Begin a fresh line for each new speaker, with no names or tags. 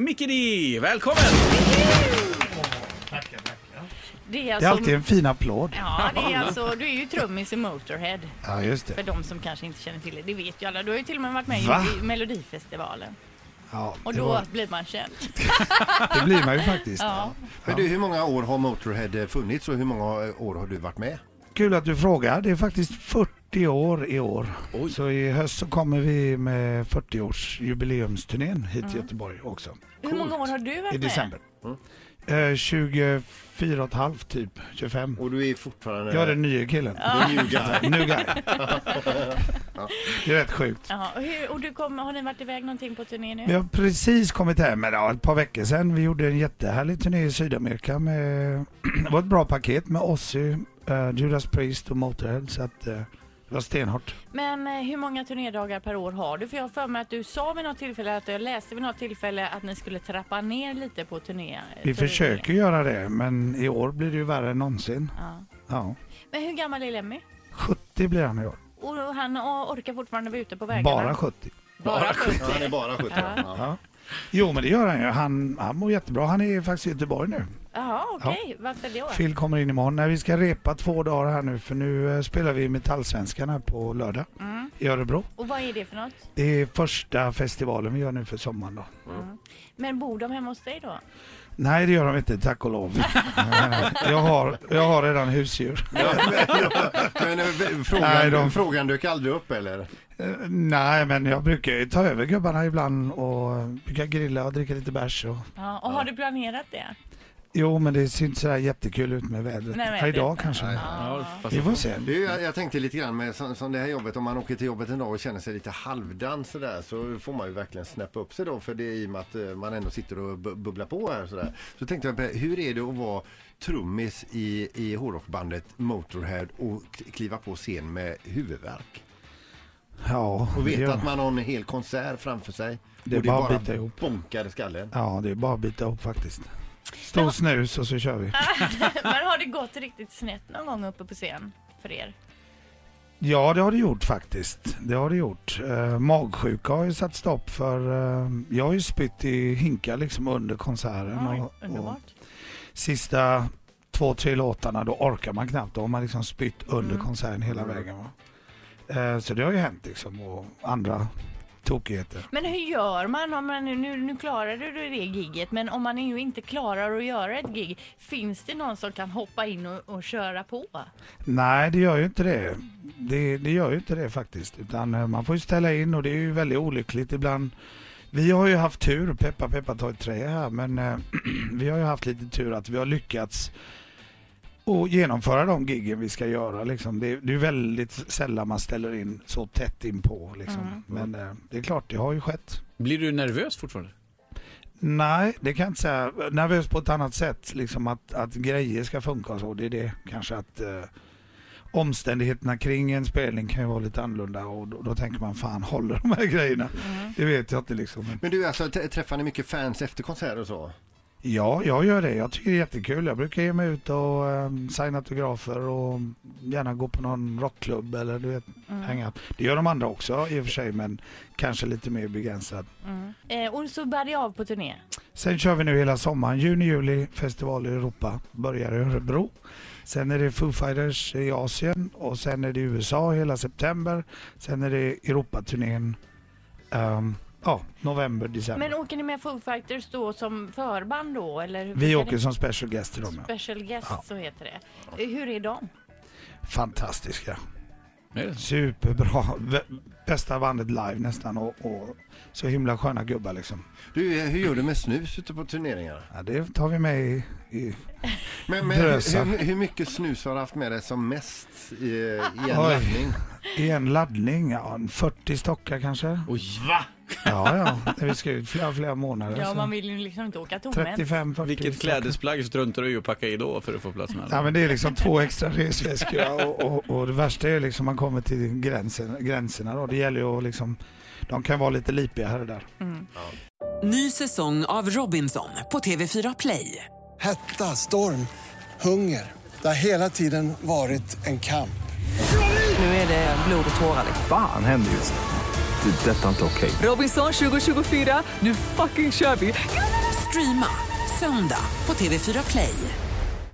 Micke D. Välkommen!
Tackar, tackar.
Det är,
Det är
alltså,
alltid en fin applåd.
Ja, det är alltså, du är ju trummis i Motorhead.
Ja, just
För
det.
de som kanske inte känner till det, det vet ju alla. Du har ju till och med varit med
Va?
i Melodifestivalen.
Ja,
Och
det,
då
var,
blir man känd.
det blir man ju faktiskt.
Ja.
Men du, hur många år har Motorhead eh, funnits och hur många år har du varit med?
Kul att du frågar. Det är faktiskt 40 år i år.
Oj.
Så i höst så kommer vi med 40-årsjubileumsturnén hit
Mm.
till Göteborg också.
Hur många år har du varit
I december.
Mm.
Eh, 24 och ett halvt typ, 25.
Och du är fortfarande...
Jag är den nya killen.
the new guy.
Nu guy. Det är rätt sjukt.
med? Ja, och, hur, och du kom, har ni varit iväg någonting på turné nu?
Vi har precis kommit hem, men ja, ett par veckor sedan. Vi gjorde en jättehärlig turné i Sydamerika. Med, det var ett bra paket med Ozzy, eh, Judas Priest och Motorhead. Så att, eh, det var stenhårt.
Men eh, hur många turnédagar per år har du? För jag har för mig att du sa vid något tillfälle, att jag läste vid något tillfälle att ni skulle trappa ner lite på turné.
Vi
turné.
försöker göra det, men i år blir det ju värre än någonsin.
Ja.
Ja.
Men hur gammal är Lemmy?
70 blir han i år.
Och han och orkar fortfarande vara ute på vägarna?
Bara 70.
Bara
Ja, han är bara 17 år. Ja.
Ja. Jo, men det gör han ju. Han, han mår jättebra. Han är faktiskt i Göteborg nu.
Jaha, okej. Varför då?
Phil kommer in imorgon. Nej, vi ska repa två dagar här nu, för nu eh, spelar vi Metallsvenskarna på lördag
Mm.
i Örebro.
Och vad är det för något?
Det är första festivalen vi gör nu för sommaren då.
Mm. Men bor de hemma hos dig då?
Nej, det gör de inte, tack och lov. jag, har, jag har redan husdjur.
Ja, men, men, eh, frågan,
Nej, de-
frågan dök aldrig upp eller?
Eh, Nej, men jag brukar ju ta över gubbarna ibland och eh, brukar grilla och dricka lite bärs. Och...
Ja, och har du planerat det?
Jo, men det ser inte sådär jättekul ut med vädret.
Nej, men
Ja, idag
det-
kanske.
Ja, fast-
Vi får se.
Det är, ju- jag, jag tänkte lite grann med som, som det här jobbet, om man åker till jobbet en dag och känner sig lite halvdan sådär så får man ju verkligen snäppa upp sig då för det är i och med att eh, man ändå sitter och bu- bubblar på här sådär. Så tänkte jag, på, hur är det att vara trummis i, i hårdrockbandet Motorhead och k- kliva på scen med huvudvärk?
Ja,
Och
det
veta
gör-
att man har en hel konsert framför sig
Det är
och det
bara
bara,
att bita ihop.
bonkar i skallen.
ja, det är bara att bita ihop faktiskt. Stor snus och så kör vi.
Men har det gått riktigt snett någon gång uppe på scen för er?
Ja, det har det gjort faktiskt. Det har det gjort. Eh, magsjuka har ju satt stopp för... Eh, jag har ju spytt i hinkar liksom under konserten.
Oj,
och, och
underbart.
sista två, tre låtarna då orkar man knappt. Då har man liksom spytt under
Mm.
konserten hela vägen. Va? Eh, så det har ju hänt liksom och andra tokigheter.
Men hur gör man? Om man nu, nu, nu klarade du det gigget, men om man ju inte klarar att göra ett gig, finns det någon som kan hoppa in och, och köra på?
Nej, det gör ju inte det. Det, det gör ju inte det faktiskt. Utan eh, man får ju ställa in och det är ju väldigt olyckligt ibland. Vi har ju haft tur, peppa peppa ta i trä här, men eh, vi har ju haft lite tur att vi har lyckats och genomföra de giggen vi ska göra. Liksom. Det, det är ju väldigt sällan man ställer in så tätt inpå. Liksom.
Mm.
Men eh, det är klart, det har ju skett.
Blir du nervös fortfarande?
Nej, det kan jag inte säga. Nervös på ett annat sätt. Liksom att, att grejer ska funka och så. Det är det kanske att eh, omständigheterna kring en spelning kan ju vara lite annorlunda och då, då tänker man fan håller de här grejerna?
Mm.
Det vet jag inte liksom. Men,
Men du, alltså, t- träffar ni mycket fans efter konserter och så?
ja, jag gör det. Jag tycker det är jättekul. Jag brukar ge mig ut och eh, signa autografer och gärna gå på någon rockklubb eller du vet,
Mm.
hänga upp. Det gör de andra också i och för sig men kanske lite mer begränsat.
Eh, och så bär det av på turné.
Sen kör vi nu hela sommaren. Juni, juli, festival i Europa. Börjar i Örebro. Sen är det Foo Fighters i Asien och sen är det USA hela september. Sen är det Europaturnén ehm, ja, november, december.
Men åker ni med Foo Fighters då som förband då? Eller hur
vi
funkar
åker
det?
som special guest till dem. Ja.
Special guest,
Ja.
så heter det. Eh, Hur är de?
Fantastiska.
Är det?
Superbra. V- Bästa bandet live nästan och, och så himla sköna gubbar liksom.
Du, eh, hur gör du med snus ute på turneringarna?
Ja, det tar vi med i, i
Men, men
Drösa.
hur, hur mycket snus har du haft med dig som mest i, i en
Oj.
laddning?
i en laddning. Ja, en 40 stockar kanske.
Oj, va?
Ja, ja. Vi ska ut flera, flera månader.
Ja,
så.
man vill ju liksom inte åka tomhänt.
35, 40.
Vilket
klädes?
klädesplagg struntar du i att packa i då för att få plats med alla?
Ja, men det är liksom två extra resväskor ja, och, och, och det värsta är liksom man kommer till gränsen, gränserna då. Det gäller ju att liksom, de kan vara lite lipiga här och där.
Ny säsong av Robinson på TV4 Play.
Hetta, storm, hunger. Det har hela tiden varit en kamp.
Nu är det blod och tårar.
Fan händer just det. Det är detta inte okej.
Robinson 2024, nu fucking kör vi! Streama söndag på TV4 Play.